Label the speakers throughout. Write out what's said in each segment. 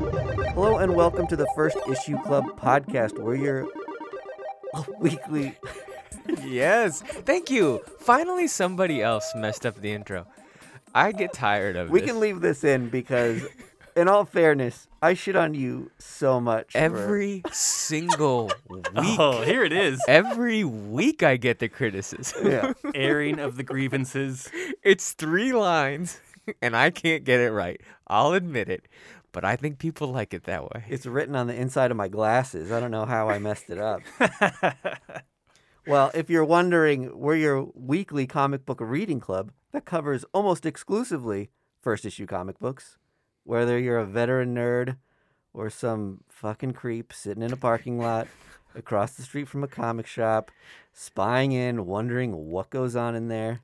Speaker 1: Hello and welcome to the First Issue Club podcast. We're your weekly.
Speaker 2: Yes. Thank you. Finally, somebody else messed up the intro. I get tired of
Speaker 1: We
Speaker 2: this.
Speaker 1: can leave this in because, in all fairness, I shit on you so much. for-
Speaker 2: every single week.
Speaker 3: Oh, here it is.
Speaker 2: Every week I get the criticism.
Speaker 1: Yeah.
Speaker 3: Airing of the grievances.
Speaker 2: It's three lines, and I can't get it right. I'll admit it, but I think people like it that way.
Speaker 1: It's written on the inside of my glasses. I don't know how I messed it up. well, if you're wondering, we're your weekly comic book reading club that covers almost exclusively first issue comic books. Whether you're a veteran nerd or some fucking creep sitting in a parking lot across the street from a comic shop, spying in, wondering what goes on in there,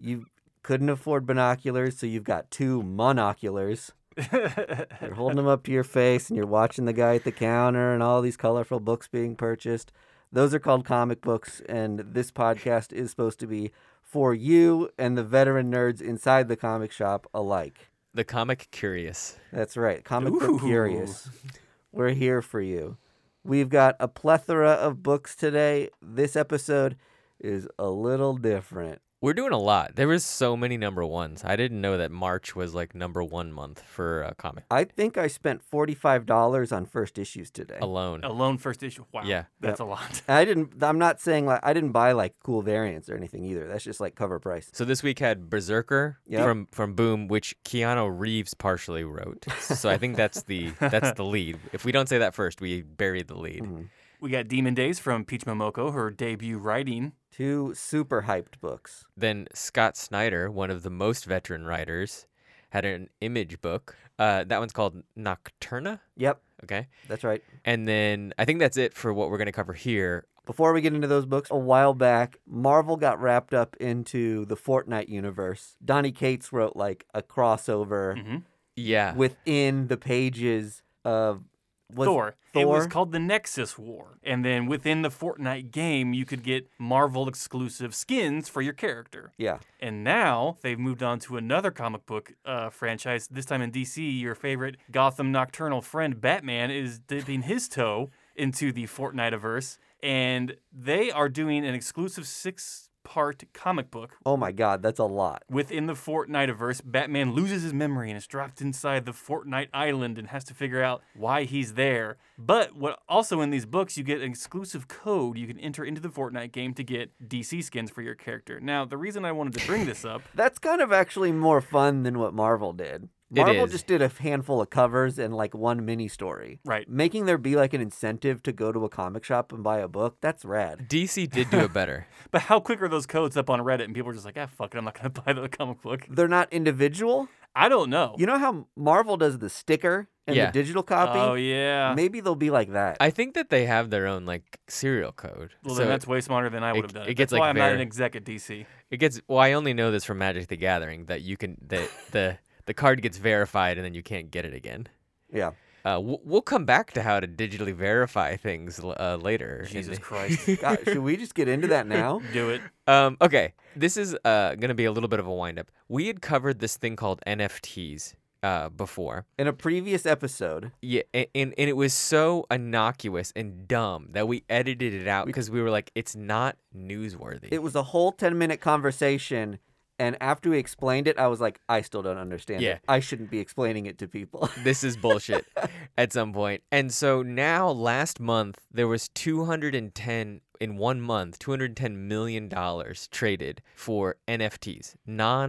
Speaker 1: you couldn't afford binoculars, so you've got two monoculars. You're holding them up to your face and you're watching the guy at the counter and all these colorful books being purchased. Those are called comic books, and this podcast is supposed to be for you and the veteran nerds inside the comic shop alike.
Speaker 2: The comic curious.
Speaker 1: That's right, comic book
Speaker 3: Ooh.
Speaker 1: curious. We're here for you. We've got a plethora of books today. This episode is a little different.
Speaker 2: We're doing a lot. There was so many number ones. I didn't know that March was like number one month for a comic
Speaker 1: I think I spent $45 on first issues today.
Speaker 2: alone.
Speaker 3: Alone first issue. Wow.
Speaker 2: Yeah.
Speaker 3: That's a lot.
Speaker 1: And I didn't. I'm not saying like I didn't buy like cool variants or anything either. That's just like cover price.
Speaker 2: So this week had Berserker
Speaker 1: Yep.
Speaker 2: from from Boom, which Keanu Reeves partially wrote. So I think that's the that's the lead. If we don't say that first, we bury the lead.
Speaker 3: We got Demon Days from Peach Momoko, her debut writing.
Speaker 1: Two super hyped books.
Speaker 2: Then Scott Snyder, one of the most veteran writers, had an image book. Uh, that one's called Nocturna.
Speaker 1: Yep,
Speaker 2: Okay,
Speaker 1: that's right.
Speaker 2: and then I think that's it for what we're gonna cover here.
Speaker 1: Before we get into those books, a while back, Marvel got wrapped up into the Fortnite universe. Donnie Cates wrote like a crossover
Speaker 3: Mm-hmm.
Speaker 2: Yeah,
Speaker 1: within the pages of was
Speaker 3: Thor. It was
Speaker 1: Thor?
Speaker 3: called the Nexus War. And then within the Fortnite game, you could get Marvel exclusive skins for your character.
Speaker 1: Yeah,
Speaker 3: And now they've moved on to another comic book uh, franchise, this time in DC. Your favorite Gotham nocturnal friend, Batman, is dipping his toe into the Fortnite verse. And they are doing an exclusive six part comic book.
Speaker 1: Oh my God, that's a lot.
Speaker 3: Within the Fortnite verse, Batman loses his memory and is dropped inside the Fortnite island and has to figure out why he's there. But what also in these books, you get an exclusive code you can enter into the Fortnite game to get DC skins for your character. Now, the reason I wanted to bring this up
Speaker 1: That's kind of actually more fun than what Marvel did.
Speaker 2: It
Speaker 1: Marvel
Speaker 2: is.
Speaker 1: just did a handful of covers and like one mini story.
Speaker 3: Right.
Speaker 1: Making there be like an incentive to go to a comic shop and buy a book, that's rad.
Speaker 2: DC did do it better.
Speaker 3: But how quick are those codes up on Reddit? And people are just like, ah, fuck it, I'm not gonna buy the comic book.
Speaker 1: They're not individual.
Speaker 3: I don't know.
Speaker 1: You know how Marvel does the sticker and
Speaker 2: Oh. Yeah.
Speaker 1: the digital copy?
Speaker 3: oh yeah.
Speaker 1: Maybe they'll be like that.
Speaker 2: I think that they have their own like serial code.
Speaker 3: Well,
Speaker 2: So-
Speaker 3: then that's way smarter than I would have done.
Speaker 2: it gets, like,
Speaker 3: That's why I'm not an
Speaker 2: very-
Speaker 3: exec at DC.
Speaker 2: It gets well. I only know this from Magic: The Gathering that you can that the the card gets verified and then you can't get it again.
Speaker 1: yeah.
Speaker 2: Uh, we'll, we'll come back to how to digitally verify things l- uh, later. in
Speaker 3: Jesus
Speaker 2: the-
Speaker 3: Christ,
Speaker 1: God, should we just get into that now?
Speaker 3: do it.
Speaker 2: Um, okay, this is uh, gonna be a little bit of a wind up. We had covered this thing called NFTs uh, before,
Speaker 1: In a previous episode,
Speaker 2: yeah, a- and and it was so innocuous and dumb that we edited it out because we were like, it's not newsworthy.
Speaker 1: it was a whole 10 minute conversation. And after we explained it, I was like, I still don't understand
Speaker 2: Yeah.
Speaker 1: it. I shouldn't be explaining it to people.
Speaker 2: this is bullshit at some point. And so now last month there was 210 in one month, 210 million dollars traded for NFTs,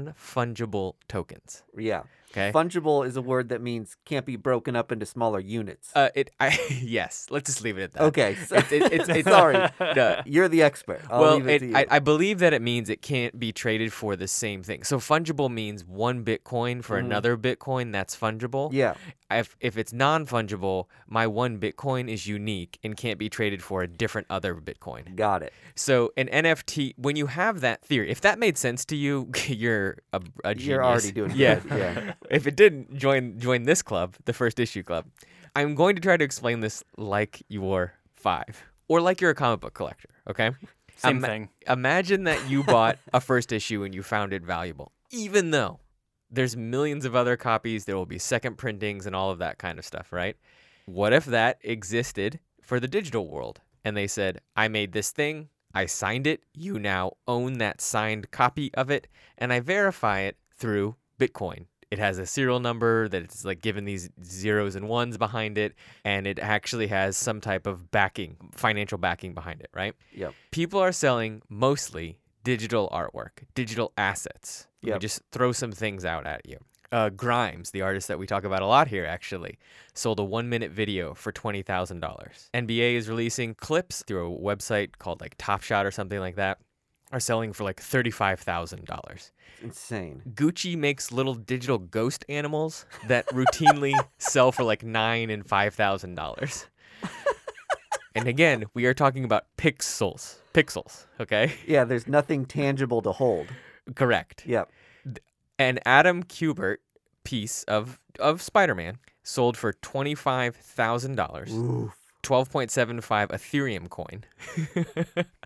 Speaker 2: non-fungible tokens.
Speaker 1: yeah.
Speaker 2: Okay?
Speaker 1: Fungible is a word that means can't be broken up into smaller units.
Speaker 2: uh it I yes, let's just leave it at that.
Speaker 1: okay. So,
Speaker 2: It's it's it's, it's
Speaker 1: sorry.
Speaker 2: no,
Speaker 1: You're the expert. I'll leave
Speaker 2: well,
Speaker 1: it, to
Speaker 2: it,
Speaker 1: you.
Speaker 2: I, I believe that it means it can't be traded for the same thing. So fungible means one Bitcoin
Speaker 1: Mm-hmm.
Speaker 2: for another Bitcoin. That's fungible.
Speaker 1: yeah.
Speaker 2: if if it's non-fungible, my one Bitcoin is unique and can't be traded for a different other Bitcoin.
Speaker 1: Got it.
Speaker 2: So an NFT, when you have that theory, if that made sense to you, you're a, a genius.
Speaker 1: You're already doing
Speaker 2: yeah.
Speaker 1: good. Yeah.
Speaker 2: if it didn't, join join this club, the first issue club. I'm going to try to explain this like you're five or like you're a comic book collector. Okay.
Speaker 3: Same thing.
Speaker 2: Imagine that you bought a first issue and you found it valuable, even though There's millions of other copies. There will be second printings and all of that kind of stuff, right? What if that existed for the digital world? And they said, I made this thing, I signed it, you now own that signed copy of it, and I verify it through Bitcoin. It has a serial number that it's like given these zeros and ones behind it, and it actually has some type of backing, financial backing behind it, right?
Speaker 1: Yep.
Speaker 2: people are selling mostly digital artwork, digital assets. We
Speaker 1: Yep.
Speaker 2: just throw some things out at you. Uh, Grimes, the artist that we talk about a lot here, actually sold a one-minute video for twenty thousand dollars. NBA is releasing clips through a website called like Top Shot or something like that. Are selling for like thirty-five thousand dollars.
Speaker 1: It's insane.
Speaker 2: Gucci makes little digital ghost animals that routinely sell for like nine and five thousand dollars. And again, we are talking about pixels. Pixels, okay?
Speaker 1: Yeah, there's nothing tangible to hold.
Speaker 2: Correct.
Speaker 1: Yep.
Speaker 2: An Adam Kubert piece of of Spider-Man sold for twenty-five thousand dollars,
Speaker 1: Oof.
Speaker 2: twelve point seven five Ethereum coin.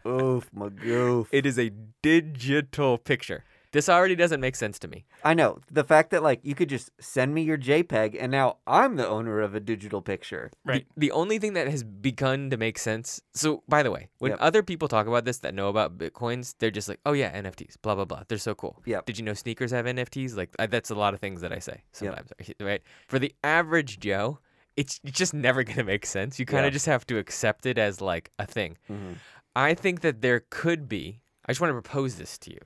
Speaker 1: Oof, my goof.
Speaker 2: It is a digital picture. This already doesn't make sense to me.
Speaker 1: I know. The fact that like you could just send me your JPEG and now I'm the owner of a digital picture.
Speaker 3: Right.
Speaker 2: The only thing that has begun to make sense. So, by the way, when
Speaker 1: Yep.
Speaker 2: other people talk about this that know about bitcoins, they're just like, "Oh yeah, NFTs, blah blah blah. They're so cool."
Speaker 1: Yep.
Speaker 2: Did you know sneakers have NFTs? Like I, that's a lot of things that I say
Speaker 1: Yep.
Speaker 2: sometimes, right? For the average Joe, it's it's just never gonna make sense. You kind of
Speaker 1: Yeah.
Speaker 2: just have to accept it as like a thing.
Speaker 1: Mhm.
Speaker 2: I think that there could be. I just want to propose this to you.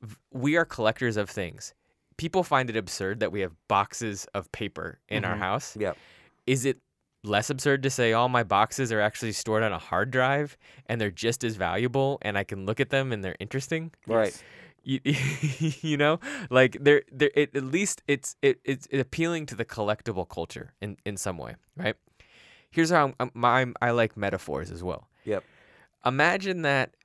Speaker 2: V- We are collectors of things. People find it absurd that we have boxes of paper in our
Speaker 3: Mhm.
Speaker 2: house
Speaker 1: Yep.
Speaker 2: is it less absurd to say all my boxes are actually stored on a hard drive and they're just as valuable and I can look at them and they're interesting?
Speaker 1: Right.
Speaker 3: Yes.
Speaker 2: You, you know, like they're, they're it, at least it's it, it's appealing to the collectible culture in, in some way, right? Here's how I'm, I'm, I'm, I like metaphors as well.
Speaker 1: Yep.
Speaker 2: Imagine that,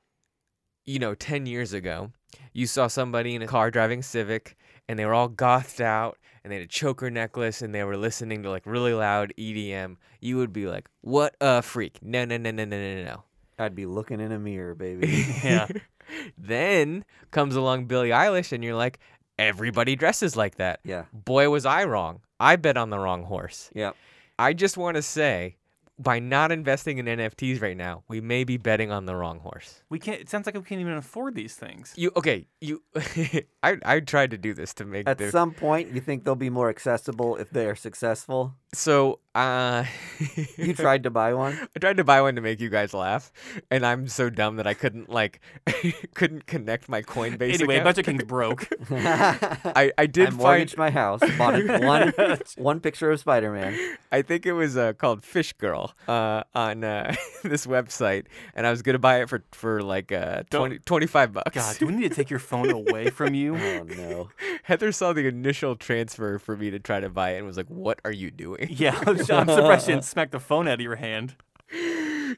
Speaker 2: you know, 10 years ago, you saw somebody in a car driving Civic and they were all gothed out and they had a choker necklace and they were listening to like really loud EDM. You would be like, what a freak. No, no, no, no, no, no, no, no.
Speaker 1: I'd be looking in a mirror, baby.
Speaker 3: Yeah.
Speaker 2: then comes along Billie Eilish and you're like, everybody dresses like that.
Speaker 1: yeah.
Speaker 2: Boy, was I wrong. I bet on the wrong horse.
Speaker 1: Yep.
Speaker 2: I just want to say, by not investing in NFTs right now, we may be betting on the wrong horse.
Speaker 3: We can't. It sounds like we can't even afford these things.
Speaker 2: You okay? You, I I tried to do this to make
Speaker 1: At
Speaker 2: the
Speaker 1: some point, you think they'll be more accessible if they are successful.
Speaker 2: so uh,
Speaker 1: You tried to buy one.
Speaker 2: I tried to buy one to make you guys laugh, and I'm so dumb that I couldn't like couldn't connect my Coinbase.
Speaker 3: Anyway,
Speaker 2: account.
Speaker 3: Budget King's broke.
Speaker 1: I
Speaker 2: I I did find
Speaker 1: mortgaged my house, bought it one one picture of Spider Man.
Speaker 2: I think it was uh, called Fish Girl uh, on uh, this website, and I was gonna buy it for for like uh, 20, 25 bucks.
Speaker 3: God, do we need to take your phone away from you?
Speaker 1: Oh no.
Speaker 2: Heather saw the initial transfer for me to try to buy it and was like, "What are you doing?"
Speaker 3: Yeah, I'm surprised she didn't smack the phone out of your hand.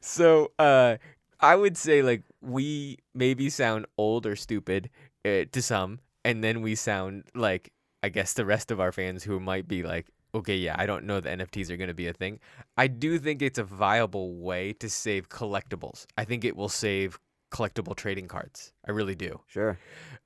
Speaker 2: so uh i would say like we maybe sound old or stupid uh, to some and then we sound like i guess the rest of our fans who might be like okay yeah i don't know the nfts are going to be a thing i do think it's a viable way to save collectibles i think it will save collectible trading cards i really do
Speaker 1: Sure.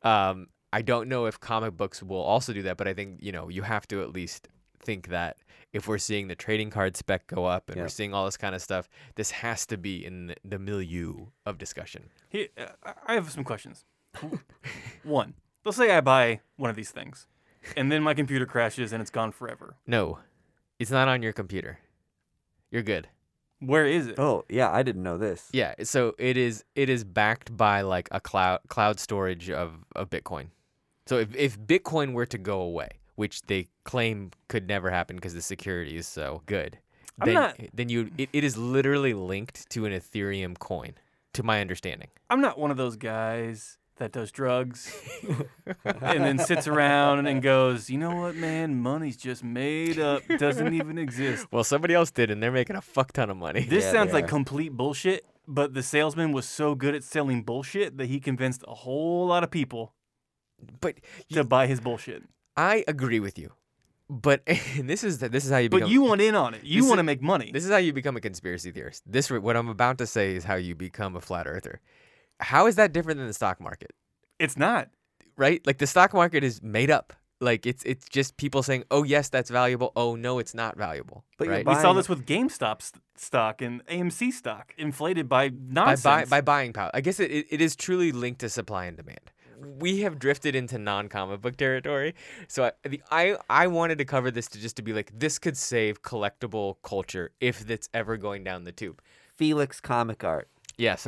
Speaker 2: um, I don't know if comic books will also do that, but I think you know you have to at least think that if we're seeing the trading card spec go up and we're
Speaker 1: Yep.
Speaker 2: seeing all this kind of stuff, this has to be in the- the milieu of discussion.
Speaker 3: He, uh, I- I have some questions. one, let's say I buy one of these things, and then my computer crashes and it's gone forever.
Speaker 2: No, it's not on your computer. You're good.
Speaker 3: Where is it?
Speaker 1: Oh yeah, I didn't know this.
Speaker 2: Yeah. So it is it is backed by like a cloud cloud storage of of Bitcoin. So if if Bitcoin were to go away, which they claim could never happen because the security is so good,
Speaker 3: I'm
Speaker 2: then
Speaker 3: not-
Speaker 2: then you it, it is literally linked to an Ethereum coin, to my understanding.
Speaker 3: I'm not one of those guys that does drugs and then sits around and goes, you know what, man, money's just made up, doesn't even exist.
Speaker 2: Well, somebody else did, and they're making a fuck ton of money.
Speaker 3: This
Speaker 1: Yeah,
Speaker 3: sounds
Speaker 1: they
Speaker 3: like
Speaker 1: are.
Speaker 3: complete bullshit, but the salesman was so good at selling bullshit that he convinced a whole lot of people
Speaker 2: but
Speaker 3: to buy his bullshit.
Speaker 2: I agree with you. But and this is the, this is how you become.
Speaker 3: But you want in on it. You
Speaker 2: This
Speaker 3: want to
Speaker 2: is-
Speaker 3: make money.
Speaker 2: This is how you become a conspiracy theorist. This what I'm about to say is how you become a flat earther. How is that different than the stock market?
Speaker 3: It's not.
Speaker 2: right? Like the stock market is made up. Like it's it's just people saying, "Oh yes, that's valuable. Oh no, it's not valuable."
Speaker 1: But you're
Speaker 2: right?
Speaker 3: We saw
Speaker 1: Buying-
Speaker 3: this with GameStop s- stock and AMC stock inflated by
Speaker 2: by,
Speaker 3: nonsense.
Speaker 2: buy, by buying power. I guess it, it, it is truly linked to supply and demand. We have drifted into non comic book territory. So I, the, I, I wanted to cover this to just to be like, this could save collectible culture if it's ever going down the tube.
Speaker 1: Felix Comic Art
Speaker 2: Yes.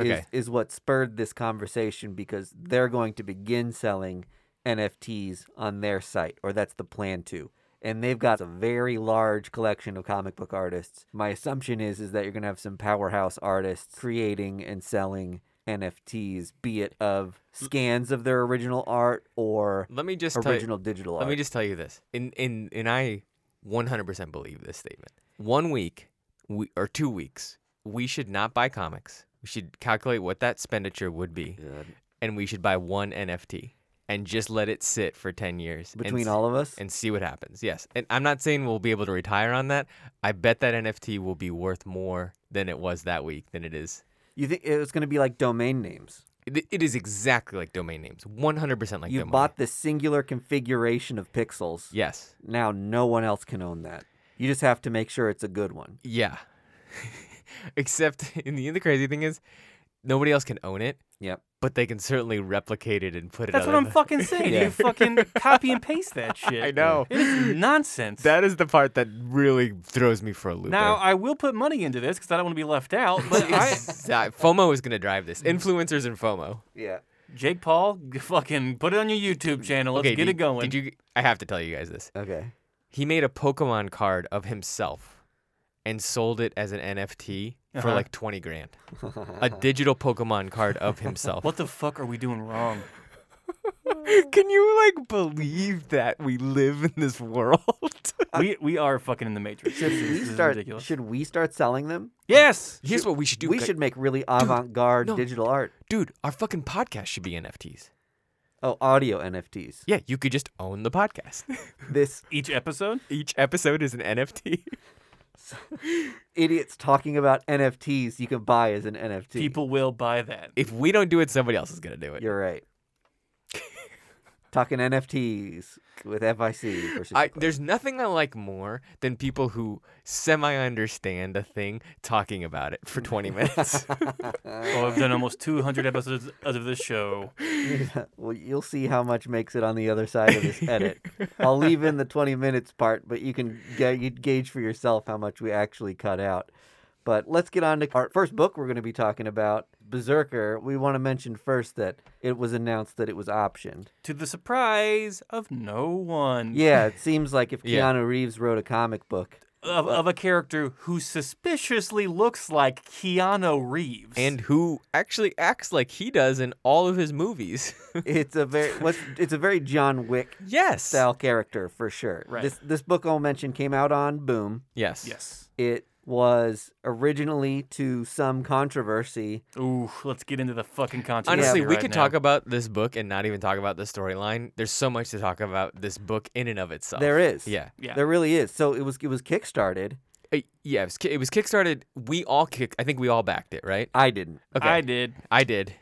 Speaker 1: is,
Speaker 2: Okay.
Speaker 1: is what spurred this conversation because they're going to begin selling NFTs on their site, or that's the plan to. And they've got a very large collection of comic book artists. My assumption is is that you're going to have some powerhouse artists creating and selling NFTs, be it of scans of their original art or
Speaker 2: let me just tell you,
Speaker 1: original digital
Speaker 2: let
Speaker 1: art.
Speaker 2: me just tell you this. In in and I 100% believe this statement. One week we, or two weeks, we should not buy comics. We should calculate what that expenditure would be,
Speaker 1: Good.
Speaker 2: and we should buy one NFT and just let it sit for 10 years and
Speaker 1: Between
Speaker 2: s-
Speaker 1: all of us,
Speaker 2: and see what happens. Yes. And I'm not saying we'll be able to retire on that. I bet that NFT will be worth more than it was that week than it is.
Speaker 1: you think it's going to be like domain names.
Speaker 2: It, it is exactly like domain names, 100% like
Speaker 1: you
Speaker 2: domain
Speaker 1: bought
Speaker 2: name.
Speaker 1: this singular configuration of pixels.
Speaker 2: Yes.
Speaker 1: Now no one else can own that. You just have to make sure it's a good one.
Speaker 2: Yeah. Except, and the, the crazy thing is, nobody else can own it,
Speaker 1: Yep.
Speaker 2: but they can certainly replicate it and put it
Speaker 3: That's
Speaker 2: on
Speaker 3: what I'm
Speaker 2: the-
Speaker 3: fucking saying.
Speaker 1: Yeah.
Speaker 3: You fucking copy and paste that shit.
Speaker 2: I know.
Speaker 3: It is nonsense.
Speaker 2: That is the part that really throws me for a loop.
Speaker 3: now, I will put money into this because I don't want to be left out, but I,
Speaker 2: FOMO is going to drive this. Influencers and FOMO.
Speaker 1: Yeah.
Speaker 3: Jake Paul, g- fucking put it on your YouTube channel. Let's
Speaker 2: okay,
Speaker 3: get
Speaker 2: did-
Speaker 3: it going.
Speaker 2: Did you? I have to tell you guys this.
Speaker 1: Okay.
Speaker 2: He made a Pokemon card of himself and sold it as an NFT for
Speaker 3: Uh-huh.
Speaker 2: like twenty grand. a digital Pokemon card of himself.
Speaker 3: what the fuck are we doing wrong?
Speaker 2: Can you like believe that we live in this world? Uh,
Speaker 3: we we are fucking in the matrix.
Speaker 1: Should
Speaker 3: This is-
Speaker 1: we
Speaker 3: this is
Speaker 1: start?
Speaker 3: ridiculous.
Speaker 1: Should we start selling them?
Speaker 3: yes.
Speaker 2: Here's what we should do.
Speaker 1: we
Speaker 2: Ca-
Speaker 1: should make really avant-garde
Speaker 2: no.
Speaker 1: digital art.
Speaker 2: dude, our fucking podcast should be NFTs.
Speaker 1: Oh, audio NFTs.
Speaker 2: Yeah, you could just own the podcast.
Speaker 1: This
Speaker 3: Each episode.
Speaker 2: Each episode is an NFT.
Speaker 1: idiot's talking about NFTs you can buy as an NFT.
Speaker 3: People will buy that.
Speaker 2: If we don't do it, somebody else is gonna do it.
Speaker 1: You're right. talking NFTs with FIC. versus
Speaker 2: I,
Speaker 1: Club.
Speaker 2: there's nothing I like more than people who semi understand a thing talking about it for 20 minutes. Uh,
Speaker 3: Oh, I've done almost 200 episodes of this show.
Speaker 1: well, you'll see how much makes it on the other side of this edit. I'll leave in the 20 minutes part, but you can ga- you gauge for yourself how much we actually cut out. But let's get on to our first book we're going to be talking about, Berserker. We want to mention first that it was announced that it was optioned.
Speaker 3: To the surprise of no one.
Speaker 1: Yeah, it seems like if
Speaker 2: Yeah.
Speaker 1: Keanu Reeves wrote a comic book,
Speaker 3: Of, of a character who suspiciously looks like Keanu Reeves.
Speaker 2: and who actually acts like he does in all of his movies.
Speaker 1: it's a very what's, it's a very John Wick
Speaker 2: yes.
Speaker 1: style character for sure.
Speaker 3: Right.
Speaker 1: This this book I'll mention came out on Boom.
Speaker 2: Yes.
Speaker 3: yes.
Speaker 1: It was originally to some controversy.
Speaker 3: Ooh, let's get into the fucking controversy.
Speaker 2: Honestly, we
Speaker 3: right
Speaker 2: could
Speaker 3: now.
Speaker 2: talk about this book and not even talk about the storyline. There's so much to talk about this book in and of itself.
Speaker 1: There is.
Speaker 2: Yeah.
Speaker 3: Yeah.
Speaker 1: There really is. So it was it was kickstarted.
Speaker 2: Uh, yeah, it was, ki- it was kickstarted. We all kick. I think we all backed it, right?
Speaker 1: I didn't.
Speaker 2: Okay,
Speaker 3: I did.
Speaker 2: I did.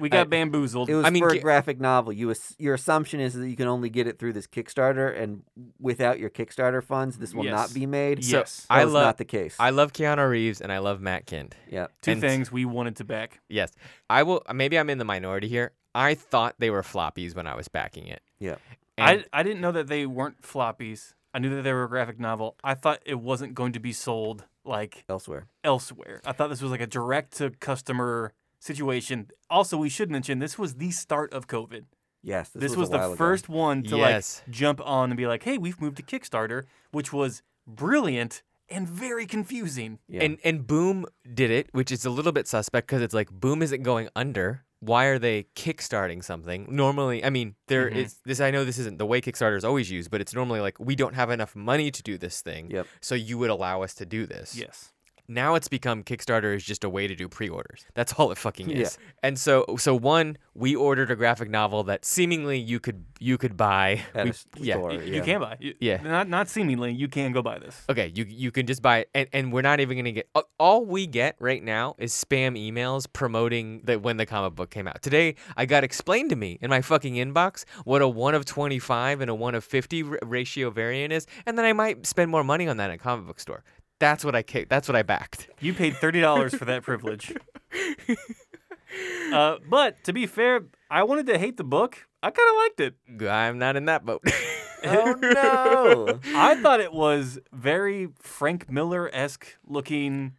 Speaker 3: We got
Speaker 2: I-
Speaker 3: bamboozled.
Speaker 1: It was
Speaker 2: I mean,
Speaker 1: for a
Speaker 2: ki-
Speaker 1: graphic novel. You ass- your assumption is that you can only get it through this Kickstarter, and without your Kickstarter funds, this will
Speaker 3: Yes.
Speaker 1: not be made.
Speaker 3: So, Yes.
Speaker 1: That
Speaker 2: I
Speaker 1: was
Speaker 2: love.
Speaker 1: not the case.
Speaker 2: I love Keanu Reeves and I love Matt Kind.
Speaker 1: yeah.
Speaker 3: Two
Speaker 2: and-
Speaker 3: things we wanted to back.
Speaker 2: Yes, I will. Maybe I'm in the minority here. I thought they were floppies when I was backing it.
Speaker 1: Yeah.
Speaker 2: And-
Speaker 3: I, I didn't know that they weren't floppies. I knew that they were a graphic novel. I thought it wasn't going to be sold like
Speaker 1: Elsewhere.
Speaker 3: elsewhere. I thought this was like a direct to customer situation. Also, we should mention this was the start of COVID.
Speaker 1: Yes. This,
Speaker 3: This,
Speaker 1: was,
Speaker 3: was,
Speaker 1: a while
Speaker 3: the
Speaker 1: ago.
Speaker 3: first one to
Speaker 2: Yes.
Speaker 3: like jump on and be like, "Hey, we've moved to Kickstarter," which was brilliant and very confusing.
Speaker 1: Yeah.
Speaker 2: and and Boom did it, which is a little bit suspect because it's like Boom isn't going under. Why are they kickstarting something? Normally, I mean, there is
Speaker 1: Mm-hmm.
Speaker 3: Mhm.
Speaker 2: this. I know this isn't the way Kickstarters always used, but it's normally like we don't have enough money to do this thing.
Speaker 1: Yep.
Speaker 2: So you would allow us to do this.
Speaker 3: Yes.
Speaker 2: Now it's become Kickstarter is just a way to do pre-orders. That's all it fucking
Speaker 1: Yeah.
Speaker 2: is. And so so one, we ordered a graphic novel that seemingly you could you could buy.
Speaker 1: at
Speaker 2: We-
Speaker 1: a s-
Speaker 2: yeah,
Speaker 1: store.
Speaker 3: you,
Speaker 1: yeah.
Speaker 3: you can buy. You,
Speaker 2: Yeah.
Speaker 3: Not not seemingly. You can go buy this.
Speaker 2: Okay, you you can just buy it, and, and we're not even gonna get a- all we get right now is spam emails promoting that when the comic book came out. Today, I got explained to me in my fucking inbox what a one of twenty five and a one of fifty r- ratio variant is, and then I might spend more money on that at a comic book store. That's what I ca- that's what I backed.
Speaker 3: You paid thirty dollars for that privilege. Uh, but to be fair, I wanted to hate the book. I kind of liked it.
Speaker 2: I'm not in that boat.
Speaker 1: Oh no!
Speaker 3: I thought it was very Frank Miller esque looking,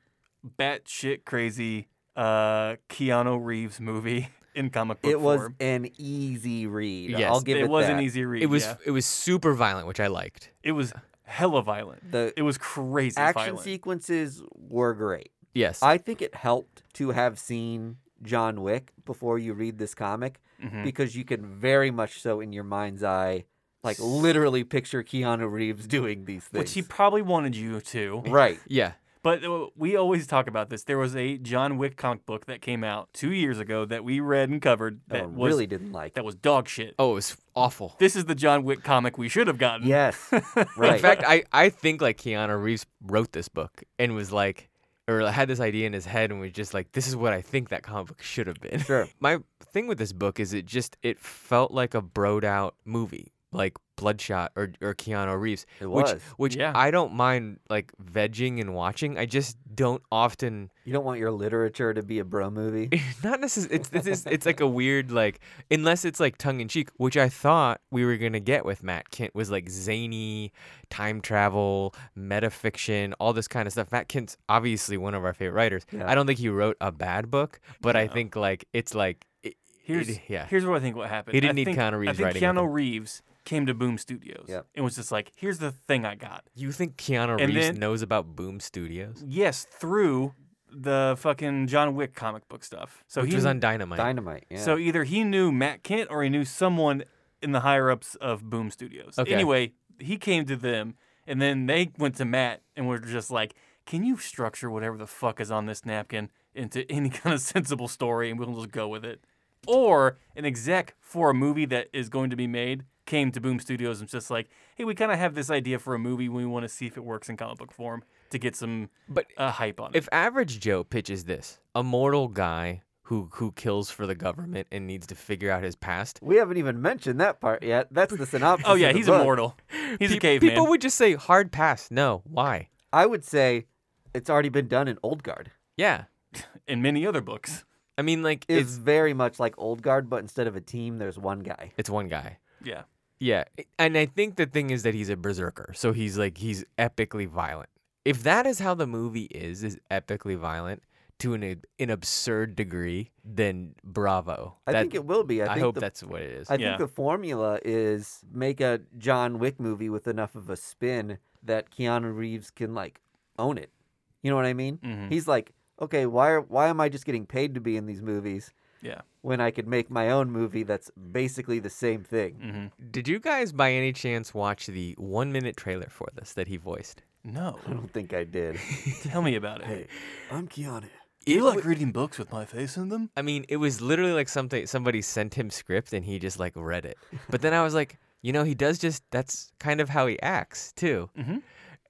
Speaker 3: batshit crazy uh, Keanu Reeves movie in comic book
Speaker 1: it was
Speaker 3: form.
Speaker 1: an easy read.
Speaker 2: Yes,
Speaker 1: I'll give it,
Speaker 3: it was
Speaker 1: that.
Speaker 3: an easy read.
Speaker 2: it was
Speaker 3: yeah.
Speaker 2: it was super violent, which I liked.
Speaker 3: it was hella violent.
Speaker 1: The
Speaker 3: it was crazy
Speaker 1: action
Speaker 3: violent.
Speaker 1: sequences were great.
Speaker 2: Yes,
Speaker 1: I think it helped to have seen John Wick before you read this comic
Speaker 3: Mhm.
Speaker 1: because you can very much so in your mind's eye, like literally picture Keanu Reeves doing these things.
Speaker 3: which he probably wanted you to.
Speaker 1: right.
Speaker 2: yeah,
Speaker 3: But uh, we always talk about this. There was a John Wick comic book that came out two years ago that we read and covered
Speaker 1: That
Speaker 3: that
Speaker 1: one
Speaker 3: was
Speaker 1: really didn't like.
Speaker 3: that was dog shit.
Speaker 2: oh, it was awful.
Speaker 3: This is the John Wick comic we should have gotten.
Speaker 1: Yes.
Speaker 2: In
Speaker 1: right.
Speaker 2: fact, I, I think like Keanu Reeves wrote this book and was like, or had this idea in his head and was just like, this is what I think that comic book should have been.
Speaker 1: sure.
Speaker 2: My thing with this book is it just it felt like a broed out movie, like Bloodshot or or Keanu Reeves,
Speaker 1: It
Speaker 2: which
Speaker 1: was.
Speaker 2: which
Speaker 3: Yeah.
Speaker 2: I don't mind like vegging and watching. I just don't often
Speaker 1: you don't want your literature to be a bro movie.
Speaker 2: not necessarily it's, it's it's it's like a weird like unless it's like tongue in cheek, which I thought we were gonna get with Matt Kent was like zany time travel, metafiction, all this kind of stuff. Matt Kent's obviously one of our favorite writers.
Speaker 1: Yeah.
Speaker 2: I don't think he wrote a bad book, but I think like it's like it,
Speaker 3: Here's
Speaker 2: it- yeah.
Speaker 3: here's what I think what happened.
Speaker 2: He didn't
Speaker 3: I
Speaker 2: need
Speaker 3: think,
Speaker 2: Keanu Reeves
Speaker 3: I think
Speaker 2: writing with
Speaker 3: Keanu
Speaker 2: him.
Speaker 3: Reeves came to Boom Studios
Speaker 1: Yep.
Speaker 3: and was just like, "Here's the thing I got."
Speaker 2: you think Keanu
Speaker 3: And
Speaker 2: Reeves
Speaker 3: then-
Speaker 2: knows about Boom Studios,
Speaker 3: Yes, through the fucking John Wick comic book stuff. So
Speaker 2: which
Speaker 3: he
Speaker 2: was on Dynamite?
Speaker 1: Dynamite. Yeah.
Speaker 3: So either he knew Matt Kent or he knew someone in the higher ups of Boom Studios.
Speaker 2: Okay.
Speaker 3: Anyway, he came to them and then they went to Matt and were just like, Can you structure whatever the fuck is on this napkin into any kind of sensible story and we'll just go with it? Or an exec for a movie that is going to be made came to Boom Studios and was just like, Hey, we kind of have this idea for a movie. We want to see if it works in comic book form to get some
Speaker 2: but
Speaker 3: uh, hype on it.
Speaker 2: if average Joe pitches this, a mortal guy who who kills for the government and needs to figure out his past.
Speaker 1: we haven't even mentioned that part yet. That's the synopsis.
Speaker 3: oh, yeah,
Speaker 1: of the
Speaker 3: he's
Speaker 1: book.
Speaker 3: immortal. He's a
Speaker 2: Pe-
Speaker 3: caveman.
Speaker 2: People would just say hard pass. No, why?
Speaker 1: I would say it's already been done in Old Guard.
Speaker 2: Yeah,
Speaker 3: in many other books.
Speaker 2: I mean, like
Speaker 1: It's
Speaker 2: it's
Speaker 1: very much like Old Guard, but instead of a team, there's one guy.
Speaker 2: it's one guy.
Speaker 3: Yeah.
Speaker 2: Yeah, I- and I think the thing is that he's a berserker, so he's like he's epically violent. If that is how the movie is, is epically violent to an ab- an absurd degree, then bravo.
Speaker 1: I
Speaker 2: That-
Speaker 1: think it will be. I,
Speaker 2: I,
Speaker 1: think
Speaker 2: hope
Speaker 1: the,
Speaker 2: that's what it is.
Speaker 1: I
Speaker 3: Yeah.
Speaker 1: think the formula is make a John Wick movie with enough of a spin that Keanu Reeves can like own it. You know what I mean?
Speaker 3: Mhm.
Speaker 1: He's like, okay, why are, why am I just getting paid to be in these movies
Speaker 3: Yeah.
Speaker 1: when I could make my own movie that's basically the same thing?
Speaker 3: Mm-hmm.
Speaker 2: Did you guys by any chance watch the one minute trailer for this that he voiced?
Speaker 3: No.
Speaker 1: I don't think I did.
Speaker 3: Tell me about it.
Speaker 1: hey, I'm Keanu.
Speaker 3: you like reading books with my face in them?
Speaker 2: I mean, it was literally like something somebody sent him script and he just like read it. But then I was like, you know, he does just that's kind of how he acts too.
Speaker 3: Mhm.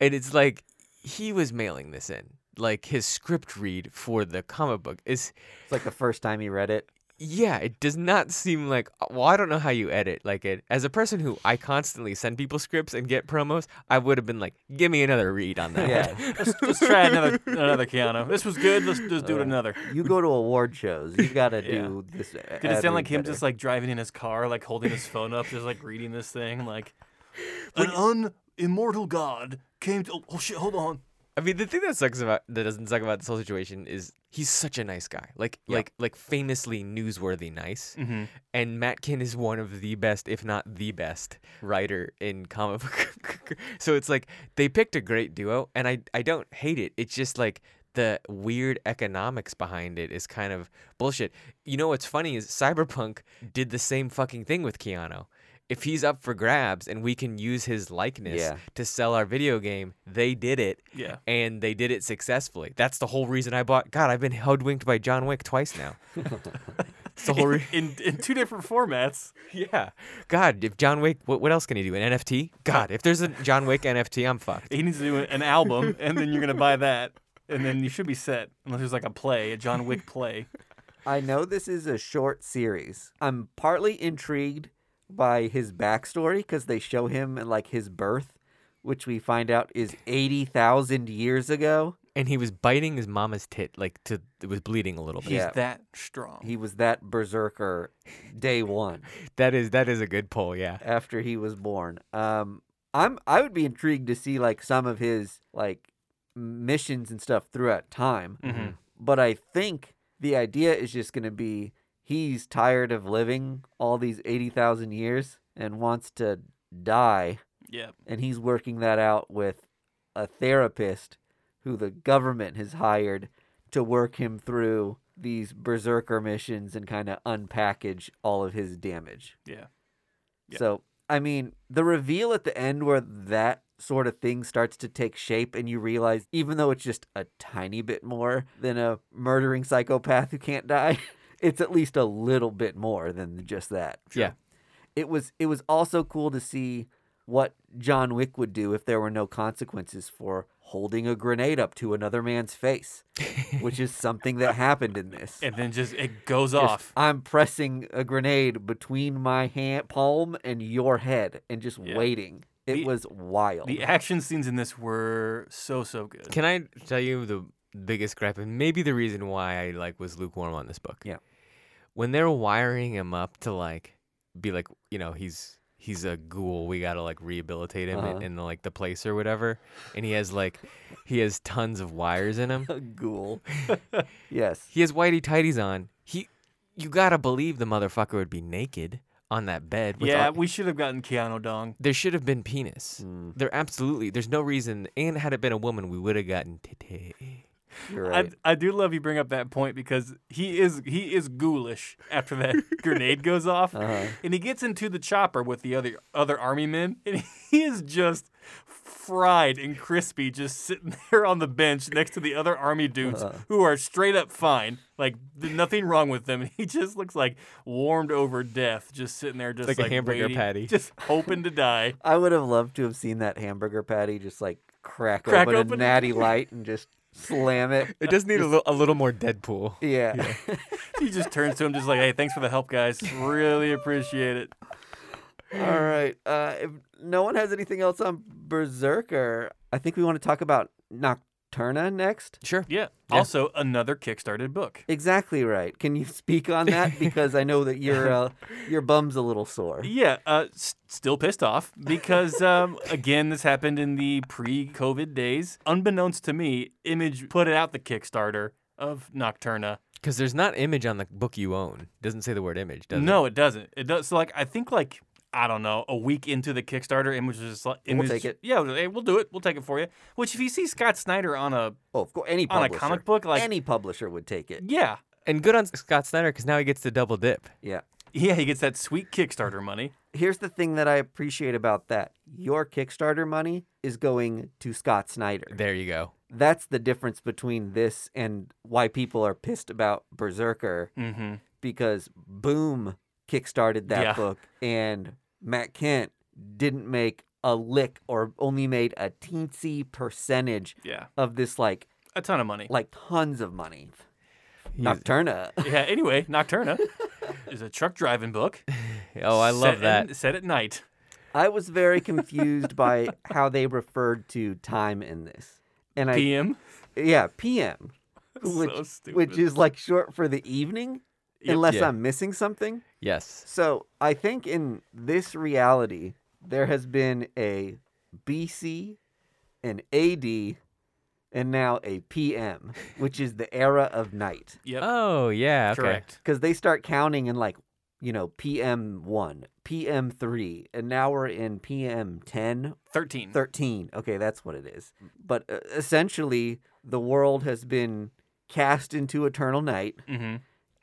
Speaker 2: And it's like he was mailing this in. Like his script read for the comic book is
Speaker 1: It's like the first time he read it.
Speaker 2: yeah, it does not seem like uh, well, I don't know how you edit like it. As a person who I constantly send people scripts and get promos, I would have been like, give me another read on that.
Speaker 1: Yeah.
Speaker 3: Let's, let's try another another Keanu. This was good. Let's just do it another.
Speaker 1: You go to award shows. You gotta
Speaker 3: Yeah.
Speaker 1: do this. Did
Speaker 3: Did it sound like him just like driving in his car, like holding his phone up, just like reading this thing, like an un immortal god came to. Oh shit! Hold on.
Speaker 2: I mean, the thing that sucks about that doesn't suck about this whole situation is he's such a nice guy, like like like famously newsworthy nice. And Matt Kinn is one of the best, if not the best, writer in comic book. so it's like they picked a great duo, and I I don't hate it. It's just like the weird economics behind it is kind of bullshit. You know what's funny is Cyberpunk did the same fucking thing with Keanu. if he's up for grabs and we can use his likeness
Speaker 1: Yeah.
Speaker 2: to sell our video game, they did it.
Speaker 3: Yeah.
Speaker 2: And they did it successfully. That's the whole reason I bought. God, I've been hoodwinked by John Wick twice now. it's the whole re-
Speaker 3: in in two different formats.
Speaker 2: yeah. God, if John Wick, what, what else can he do? An NFT? God, if there's a John Wick NFT, I'm fucked.
Speaker 3: He needs to do an album, and then you're gonna buy that, and then you should be set. Unless there's like a play, a John Wick play.
Speaker 1: I know this is a short series. I'm partly intrigued by his backstory because they show him and like his birth, which we find out is 80,000 years ago.
Speaker 2: And he was biting his mama's tit, like to it was bleeding a little bit.
Speaker 3: He's
Speaker 1: Yeah.
Speaker 3: that strong.
Speaker 1: He was that berserker day one
Speaker 2: That is that is a good poll. Yeah.
Speaker 1: after he was born. Um, I'm I would be intrigued to see like some of his like missions and stuff throughout time.
Speaker 3: Mhm.
Speaker 1: But I think the idea is just going to be he's tired of living all these 80,000 years and wants to die.
Speaker 3: yeah.
Speaker 1: And he's working that out with a therapist who the government has hired to work him through these berserker missions and kind of unpackage all of his damage.
Speaker 3: Yeah. Yeah.
Speaker 1: So, I mean, the reveal at the end where that sort of thing starts to take shape and you realize even though it's just a tiny bit more than a murdering psychopath who can't die, it's at least a little bit more than just that.
Speaker 2: Yeah.
Speaker 1: It was it was also cool to see what John Wick would do if there were no consequences for holding a grenade up to another man's face, which is something that happened in this.
Speaker 3: And then just it goes
Speaker 1: Just,
Speaker 3: off.
Speaker 1: I'm pressing a grenade between my hand palm and your head and just
Speaker 3: Yeah.
Speaker 1: waiting. It
Speaker 3: The-
Speaker 1: was
Speaker 2: Oh
Speaker 1: wild.
Speaker 3: The action scenes in this were so so good.
Speaker 2: Can I tell you the biggest gripe and maybe the reason why I like was lukewarm on this book?
Speaker 1: Yeah.
Speaker 2: When they're wiring him up to like be like, you know, he's he's a ghoul. We gotta like rehabilitate him
Speaker 1: Uh-huh.
Speaker 2: in, in the, like the place or whatever. And he has like he has tons of wires in him.
Speaker 1: a ghoul. yes.
Speaker 2: He has whitey tighties on. He you gotta believe the motherfucker would be naked on that bed. With
Speaker 3: yeah,
Speaker 2: all-
Speaker 3: we should have gotten Keanu Dong.
Speaker 2: there should have been penis.
Speaker 1: Mm.
Speaker 2: There absolutely. There's no reason. And had it been a woman, we would have gotten titty.
Speaker 1: You're right.
Speaker 3: I, I do love you bring up that point because he is he is ghoulish after that grenade goes off,
Speaker 1: Uh-huh.
Speaker 3: and he gets into the chopper with the other other army men, and he is just fried and crispy, just sitting there on the bench next to the other army dudes
Speaker 2: Uh-huh.
Speaker 3: who are straight up fine, like th- nothing wrong with them. He just looks like warmed over death, just sitting there, just
Speaker 2: like a hamburger
Speaker 3: waiting,
Speaker 2: patty.
Speaker 3: just hoping to die.
Speaker 1: I would have loved to have seen that hamburger patty just like crack,
Speaker 3: Crack
Speaker 1: open,
Speaker 3: open.
Speaker 1: a natty light and just slam it.
Speaker 2: It does need a little, a little more Deadpool.
Speaker 1: Yeah.
Speaker 3: He just turns to him, just like, "Hey, thanks for the help, guys. Really appreciate it."
Speaker 1: All right. Uh, if no one has anything else on Berserker, I think we want to talk about Nocturna next.
Speaker 2: Sure.
Speaker 3: Yeah.
Speaker 2: Yeah.
Speaker 3: Also, another kickstarted book.
Speaker 1: Exactly right. Can you speak on that? Because I know that your uh, your bum's a little sore.
Speaker 3: Yeah, uh, s- still pissed off because um, again, this happened in the pre-COVID days. Unbeknownst to me, Image put out the Kickstarter of Nocturna.
Speaker 2: Because there's not image on the book you own. Doesn't say the word image, does it?
Speaker 3: no, it? doesn't. It does. So like, I think like I don't know, a week into the Kickstarter, Image was just like, Image,
Speaker 1: take it.
Speaker 3: Yeah, hey, we'll do it. We'll take it for you. Which, if you see Scott Snyder on a
Speaker 1: Oh, of course, any
Speaker 3: On a
Speaker 1: publisher,
Speaker 3: comic book, like-
Speaker 1: any publisher would take it.
Speaker 3: yeah,
Speaker 2: And good on Scott Snyder because now he gets to double dip.
Speaker 1: Yeah.
Speaker 3: yeah, he gets that sweet Kickstarter money.
Speaker 1: Here's the thing that I appreciate about that: your Kickstarter money is going to Scott Snyder.
Speaker 2: There you go.
Speaker 1: That's the difference between this and why people are pissed about Berserker
Speaker 3: Mm-hmm.
Speaker 1: because Boom kickstarted that
Speaker 3: Yeah.
Speaker 1: book and Matt Kent didn't make a lick or only made a teensy percentage
Speaker 3: Yeah,
Speaker 1: of this like
Speaker 3: a ton of money.
Speaker 1: like tons of money.
Speaker 2: He's-
Speaker 1: Nocturna.
Speaker 3: yeah. Anyway, Nocturna is a truck driving book.
Speaker 2: Oh, I love
Speaker 3: set
Speaker 2: that.
Speaker 3: In, set at night.
Speaker 1: I was very confused by how they referred to time in this. And I
Speaker 3: PM.
Speaker 1: yeah, PM, which
Speaker 3: so stupid.
Speaker 1: which is like short for the evening
Speaker 3: Yep.
Speaker 1: unless
Speaker 2: Yeah.
Speaker 1: I'm missing something.
Speaker 2: Yes.
Speaker 1: So, I think in this reality there has been a BC an AD and now a PM, which is the era of night.
Speaker 3: Yep.
Speaker 2: Oh, yeah. Okay.
Speaker 3: Correct.
Speaker 1: because they start counting in like you know pm 1 pm 3 and now we're in pm 10
Speaker 3: Thirteen.
Speaker 1: 13 okay that's what it is but uh, essentially the world has been cast into eternal night
Speaker 3: Mm-hmm.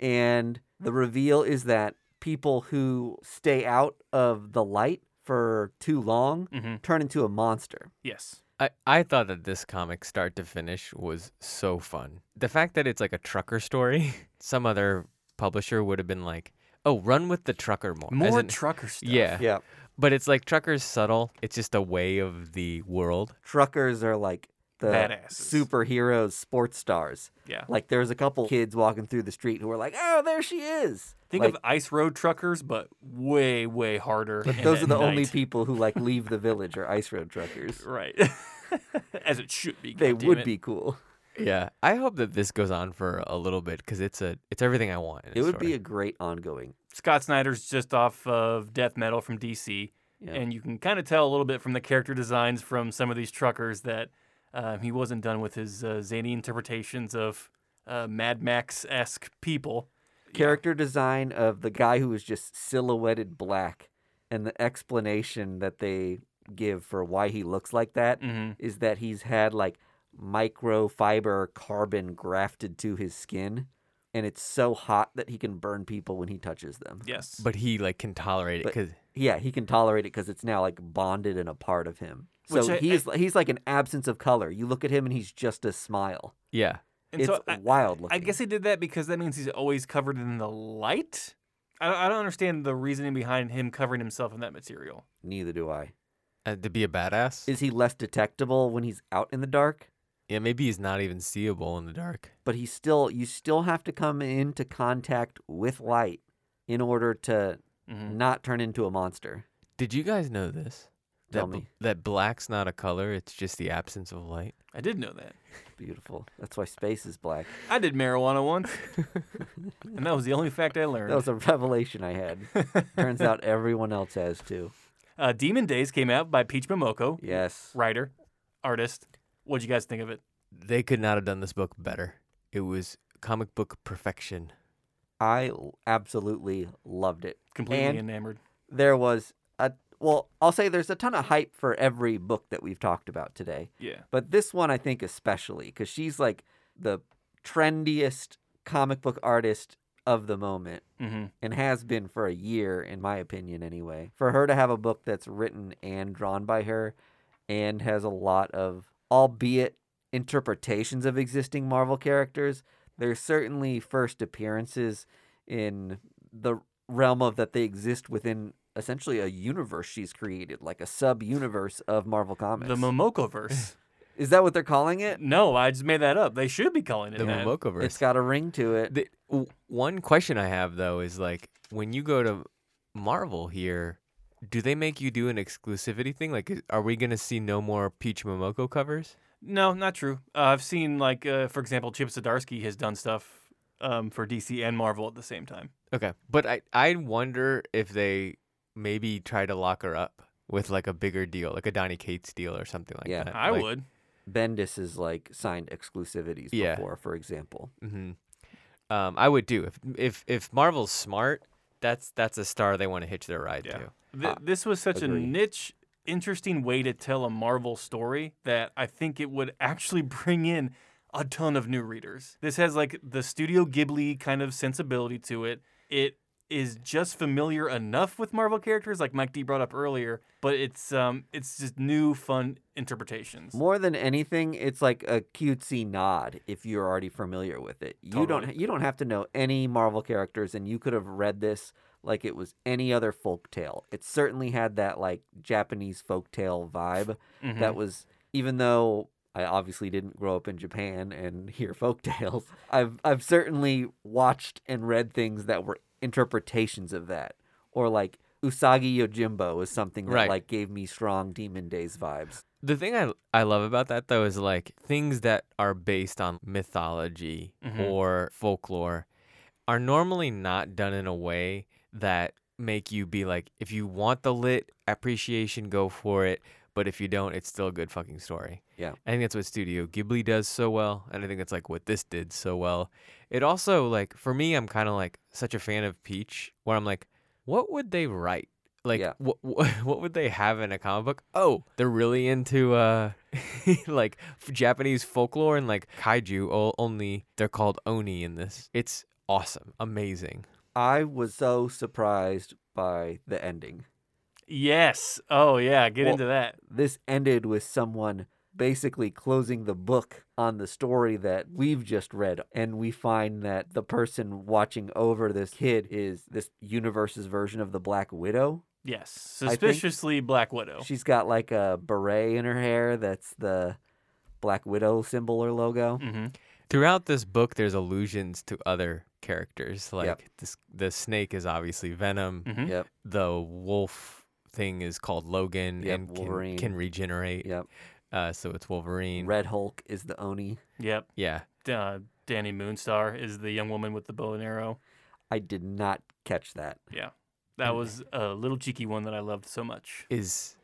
Speaker 1: and the reveal is that people who stay out of the light for too long
Speaker 3: Mhm.
Speaker 1: turn into a monster.
Speaker 3: Yes.
Speaker 2: I, I thought that this comic, start to finish, was so fun. The fact that it's like a trucker story, some other publisher would have been like, oh, run with the trucker more. as
Speaker 3: More
Speaker 2: in-
Speaker 3: trucker stuff.
Speaker 2: Yeah.
Speaker 1: Yeah.
Speaker 2: But it's like trucker's subtle. It's just a way of the world.
Speaker 1: Truckers are like the
Speaker 3: Badasses.
Speaker 1: superheroes, sports stars.
Speaker 3: Yeah.
Speaker 1: Like there's a couple kids walking through the street who were like, "Oh, there she is."
Speaker 3: Think
Speaker 1: Like,
Speaker 3: of ice road truckers, but way, way harder. But
Speaker 1: those are the only people who like leave the village are ice road truckers.
Speaker 3: Right. As it should be.
Speaker 1: They
Speaker 3: goddammit.
Speaker 1: would be cool.
Speaker 2: Yeah. I hope that this goes on for a little bit because it's a it's everything I want. in
Speaker 1: It would be
Speaker 2: story.
Speaker 1: a great ongoing.
Speaker 3: Scott Snyder's just off of death metal from DC,
Speaker 1: Yeah.
Speaker 3: and you can kind of tell a little bit from the character designs from some of these truckers that um, he wasn't done with his uh, zany interpretations of uh, Mad Max esque people.
Speaker 1: character design of the guy who is just silhouetted black and the explanation that they give for why he looks like that is
Speaker 3: hmm
Speaker 1: that he's had like microfiber carbon grafted to his skin and it's so hot that he can burn people when he touches them.
Speaker 3: Yes.
Speaker 2: But he like can tolerate it
Speaker 1: But-
Speaker 2: because
Speaker 1: Yeah, he can tolerate it cuz it's now like bonded and a part of him. So
Speaker 3: Which I-
Speaker 1: he's he's like an absence of color. You look at him and he's just a smile.
Speaker 2: yeah.
Speaker 3: and
Speaker 1: it's
Speaker 3: so I,
Speaker 1: wild looking.
Speaker 3: I guess he did that because that means he's always covered in the light. I don't, I don't understand the reasoning behind him covering himself in that material.
Speaker 1: neither do I.
Speaker 2: Uh, to be a badass.
Speaker 1: Is he less detectable when he's out in the dark?
Speaker 2: yeah, maybe he's not even seeable in the dark.
Speaker 1: but he still you still have to come into contact with light in order to
Speaker 3: Mhm.
Speaker 1: not turn into a monster.
Speaker 2: Did you guys know this? That
Speaker 1: Tell
Speaker 2: bl-
Speaker 1: me.
Speaker 2: that black's not a color, it's just the absence of light.
Speaker 3: I did know that.
Speaker 1: Beautiful. That's why space is black.
Speaker 3: I did marijuana once, and that was the only fact I learned.
Speaker 1: That was a revelation I had. Turns out everyone else has too.
Speaker 3: Uh, Demon Days came out by Peach Momoko,
Speaker 1: Yes.
Speaker 3: writer, artist. What'd you guys think of it?
Speaker 2: They could not have done this book better. It was comic book perfection.
Speaker 1: I l- absolutely loved it.
Speaker 3: Completely
Speaker 1: And-
Speaker 3: enamored.
Speaker 1: There was a well, I'll say there's a ton of hype for every book that we've talked about today.
Speaker 3: Yeah.
Speaker 1: But this one, I think, especially because she's like the trendiest comic book artist of the moment
Speaker 3: Mm-hmm.
Speaker 1: and has been for a year, in my opinion, anyway. For her to have a book that's written and drawn by her and has a lot of, albeit interpretations of existing Marvel characters, there's certainly first appearances in the realm of that they exist within essentially a universe she's created, like a sub universe of Marvel Comics.
Speaker 3: The Momoko verse.
Speaker 1: Is that what they're calling it?
Speaker 3: no, I just made that up. They should be calling it
Speaker 2: The
Speaker 3: that.
Speaker 2: Momoko verse.
Speaker 1: It's got a ring to it.
Speaker 2: The, w- one question I have though is like when you go to Marvel here, do they make you do an exclusivity thing? Like, i- are we gonna see no more Peach Momoko covers?
Speaker 3: No, not true. Uh, I've seen, like, uh, for example, Chip Zdarsky has done stuff um, for DC and Marvel at the same time.
Speaker 2: Okay, but I I wonder if they maybe try to lock her up with like a bigger deal, like a Donny Cates deal or something like
Speaker 1: Yeah.
Speaker 2: that.
Speaker 3: I
Speaker 2: Like,
Speaker 3: would.
Speaker 1: Bendis is like signed exclusivities
Speaker 2: Yeah.
Speaker 1: before, for example.
Speaker 2: hmm Um, I would do if if if Marvel's smart. That's that's a star they want to hitch their ride
Speaker 3: Yeah.
Speaker 2: to.
Speaker 3: Th- this was such
Speaker 1: Uh, agree.
Speaker 3: a niche, interesting way to tell a Marvel story that I think it would actually bring in a ton of new readers. This has like the Studio Ghibli kind of sensibility to it. It is just familiar enough with Marvel characters, like Mike D brought up earlier, but it's um it's just new, fun interpretations.
Speaker 1: More than anything, it's like a cutesy nod if you're already familiar with it. You don't
Speaker 3: Totally.
Speaker 1: you don't have to know any Marvel characters, and you could have read this like it was any other folktale. It certainly had that like Japanese folktale vibe
Speaker 3: Mhm.
Speaker 2: Mm-hmm.
Speaker 1: that was even though I obviously didn't grow up in Japan and hear folktales, I've I've certainly watched and read things that were interpretations of that. Or like Usagi Yojimbo is something that
Speaker 2: Right.
Speaker 1: like gave me strong Demon Days vibes.
Speaker 2: The thing I I love about that though is like things that are based on mythology
Speaker 1: Mm-hmm.
Speaker 3: Mhm.
Speaker 2: or folklore are normally not done in a way that make you be like if you want the lit appreciation go for it but if you don't it's still a good fucking story.
Speaker 1: Yeah.
Speaker 2: I think that's what Studio Ghibli does so well and I think that's like what this did so well. It also like for me I'm kind of like such a fan of Peach where I'm like what would they write? Like
Speaker 1: Yeah.
Speaker 2: what what would they have in a comic book? Oh, they're really into uh like f- Japanese folklore and like kaiju. o- Only they're called oni in this. It's awesome, amazing.
Speaker 1: I was so surprised by the ending.
Speaker 3: Yes. Oh yeah. Get
Speaker 1: Well-
Speaker 3: into that.
Speaker 1: This ended with someone basically closing the book on the story that we've just read. And we find that the person watching over this kid is this universe's version of the Black Widow.
Speaker 3: Yes.
Speaker 1: I think-
Speaker 3: Suspiciously Black Widow.
Speaker 1: She's got like a beret in her hair that's the Black Widow symbol or logo.
Speaker 3: hmm
Speaker 2: Throughout this book, there's allusions to other characters. Like
Speaker 1: Yep. Mm.
Speaker 2: this, the snake is obviously Venom.
Speaker 3: Mhm.
Speaker 1: Yep,
Speaker 2: The wolf thing is called Logan
Speaker 1: Yep,
Speaker 2: and can,
Speaker 1: Wolverine.
Speaker 2: can regenerate.
Speaker 1: yep.
Speaker 2: Uh, so it's Wolverine.
Speaker 1: Red Hulk is the Oni.
Speaker 3: Yep.
Speaker 2: Yeah.
Speaker 3: D- Uh, Danny Moonstar is the young woman with the bow and arrow.
Speaker 1: I did not catch that.
Speaker 3: That was a little cheeky one that I loved so much.
Speaker 2: Is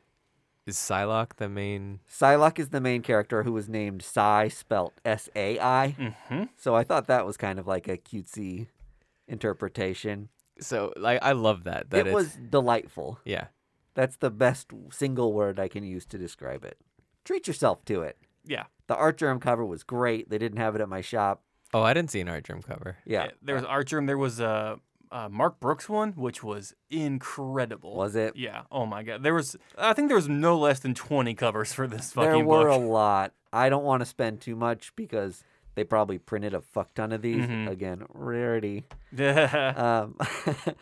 Speaker 2: is Psylocke the main?
Speaker 1: Psylocke is the main character who was named Psy, spelt S A I.
Speaker 3: hmm
Speaker 1: So I thought that was kind of like a cutesy interpretation.
Speaker 2: So like, I love that. That
Speaker 1: it
Speaker 2: it's,
Speaker 1: was delightful.
Speaker 2: Yeah.
Speaker 1: That's the best single word I can use to describe it. Treat yourself to it.
Speaker 3: Yeah.
Speaker 1: The Art Germ cover was great. They didn't have it at my shop.
Speaker 2: Oh, I didn't see an art drum cover.
Speaker 1: Yeah.
Speaker 3: Uh, There was Archer and there was a, uh Mark Brooks one, which was incredible.
Speaker 1: Was it?
Speaker 3: Yeah. Oh my God. There was. I think there was no less than twenty covers for this fucking
Speaker 1: There were
Speaker 3: book.
Speaker 1: a lot. I don't want to spend too much because they probably printed a fuck ton of these.
Speaker 3: Mhm.
Speaker 1: Again, rarity.
Speaker 3: Yeah.
Speaker 1: Um,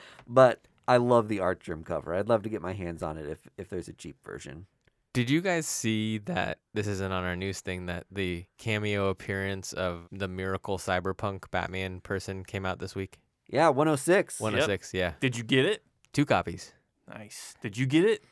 Speaker 1: but I love the Art Germ cover. I'd love to get my hands on it if, if there's a cheap version.
Speaker 2: Did you guys see that? This isn't on our news thing. That the cameo appearance of the miracle cyberpunk Batman person came out this week.
Speaker 1: Yeah, 106.
Speaker 2: 106. Yeah.
Speaker 3: Did you get it?
Speaker 2: Two copies.
Speaker 3: Nice. Did you get it?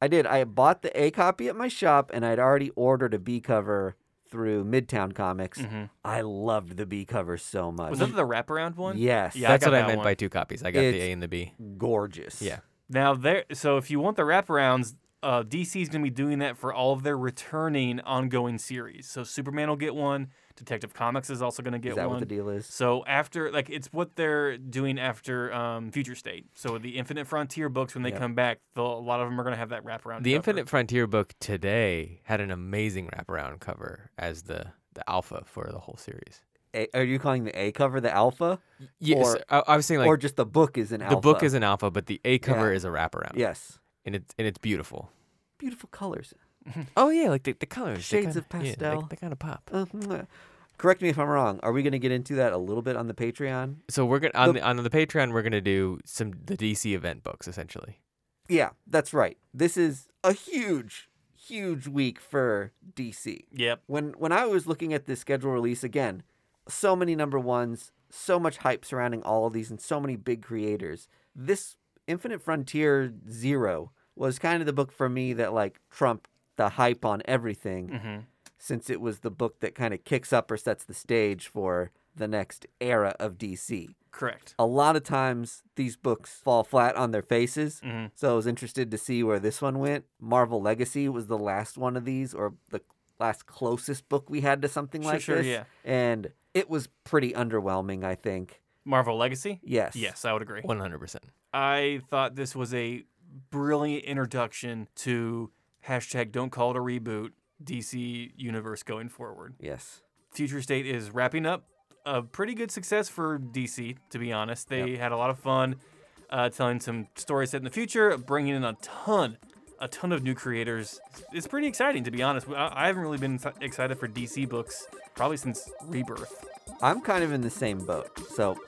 Speaker 1: I did. I bought the A copy at my shop and I'd already ordered a B cover through Midtown Comics.
Speaker 2: Mm-hmm.
Speaker 3: Mhm.
Speaker 1: I loved the B cover so much.
Speaker 3: Was that the wraparound one?
Speaker 1: yes.
Speaker 3: Yeah, I
Speaker 2: That's
Speaker 3: got
Speaker 2: what I
Speaker 3: that
Speaker 2: meant
Speaker 3: one. Mm,
Speaker 2: by two copies. I got the
Speaker 1: It's-
Speaker 2: A and the B.
Speaker 1: Gorgeous.
Speaker 2: Yeah.
Speaker 3: Now there, so if you want the wraparounds, uh, DC is going to be doing that for all of their returning ongoing series. So Superman will get one. Detective Comics is also going to get
Speaker 1: Is that
Speaker 3: one.
Speaker 1: what the deal is?
Speaker 3: so after, like, it's what they're doing after um, Future State. So the Infinite Frontier books, when they
Speaker 1: Yep.
Speaker 3: come back, they'll, a lot of them are going to have that wraparound.
Speaker 2: The
Speaker 3: cover.
Speaker 2: Infinite Frontier book today had an amazing wraparound cover as the the alpha for the whole series.
Speaker 1: A- are you calling the A cover the alpha?
Speaker 2: Yes,
Speaker 1: Or-
Speaker 2: I, I was saying like
Speaker 1: or just the book is an
Speaker 2: the
Speaker 1: alpha?
Speaker 2: book is an alpha, but the A cover
Speaker 1: Yeah.
Speaker 2: is a wraparound.
Speaker 1: Yes.
Speaker 2: and it's and it's beautiful.
Speaker 1: Beautiful colors.
Speaker 2: Oh yeah, like the, the colors, they
Speaker 1: Shades
Speaker 2: kinda-
Speaker 1: of
Speaker 2: yeah, they-
Speaker 1: pastel.
Speaker 2: they kind of pop.
Speaker 1: Uh, mwah. correct me if I'm wrong. Are we going to get into that a little bit on the Patreon?
Speaker 2: So we're gonna on
Speaker 1: The-
Speaker 2: the, on the Patreon we're gonna do some the DC event books essentially.
Speaker 1: Yeah, that's right. This is a huge, huge week for DC.
Speaker 3: Yep.
Speaker 1: When when I was looking at this schedule release again, so many number ones, so much hype surrounding all of these, and so many big creators. This Infinite Frontier Zero was kind of the book for me that like trumped the hype on everything,
Speaker 3: Mhm.
Speaker 1: since it was the book that kind of kicks up or sets the stage for the next era of DC.
Speaker 3: Correct.
Speaker 1: A lot of times these books fall flat on their faces.
Speaker 3: Mhm.
Speaker 1: So I was interested to see where this one went. Marvel Legacy was the last one of these, or the last closest book we had to something
Speaker 3: Sure,
Speaker 1: like
Speaker 3: sure,
Speaker 1: this.
Speaker 3: yeah.
Speaker 1: And it was pretty underwhelming, I think.
Speaker 3: Marvel Legacy.
Speaker 1: Yes.
Speaker 3: Yes, I would agree.
Speaker 2: One hundred percent.
Speaker 3: I thought this was a brilliant introduction to hashtag Don't Call It a Reboot DC Universe going forward.
Speaker 1: Yes.
Speaker 3: Future State is wrapping up a pretty good success for DC, to be honest. They had a lot of fun uh, telling some stories set in the future, bringing in a ton, a ton of new creators. It's pretty exciting, to be honest. I, I haven't really been excited for DC books probably since Rebirth.
Speaker 1: I'm kind of in the same boat. So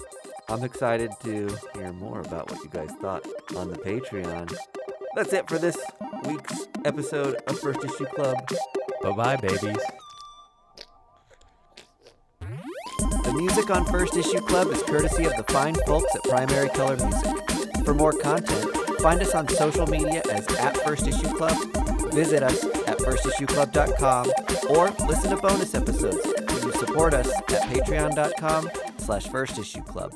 Speaker 1: I'm excited to hear more about what you guys thought on the Patreon. That's it for this week's episode of First Issue Club.
Speaker 2: Bye bye babies.
Speaker 1: The music on First Issue Club is courtesy of the fine folks at Primary Color Music. For more content, find us on social media as at First Issue Club, visit us at firstissueclub.com, or listen to bonus episodes. You can support us at patreon.com slash First Issue Club.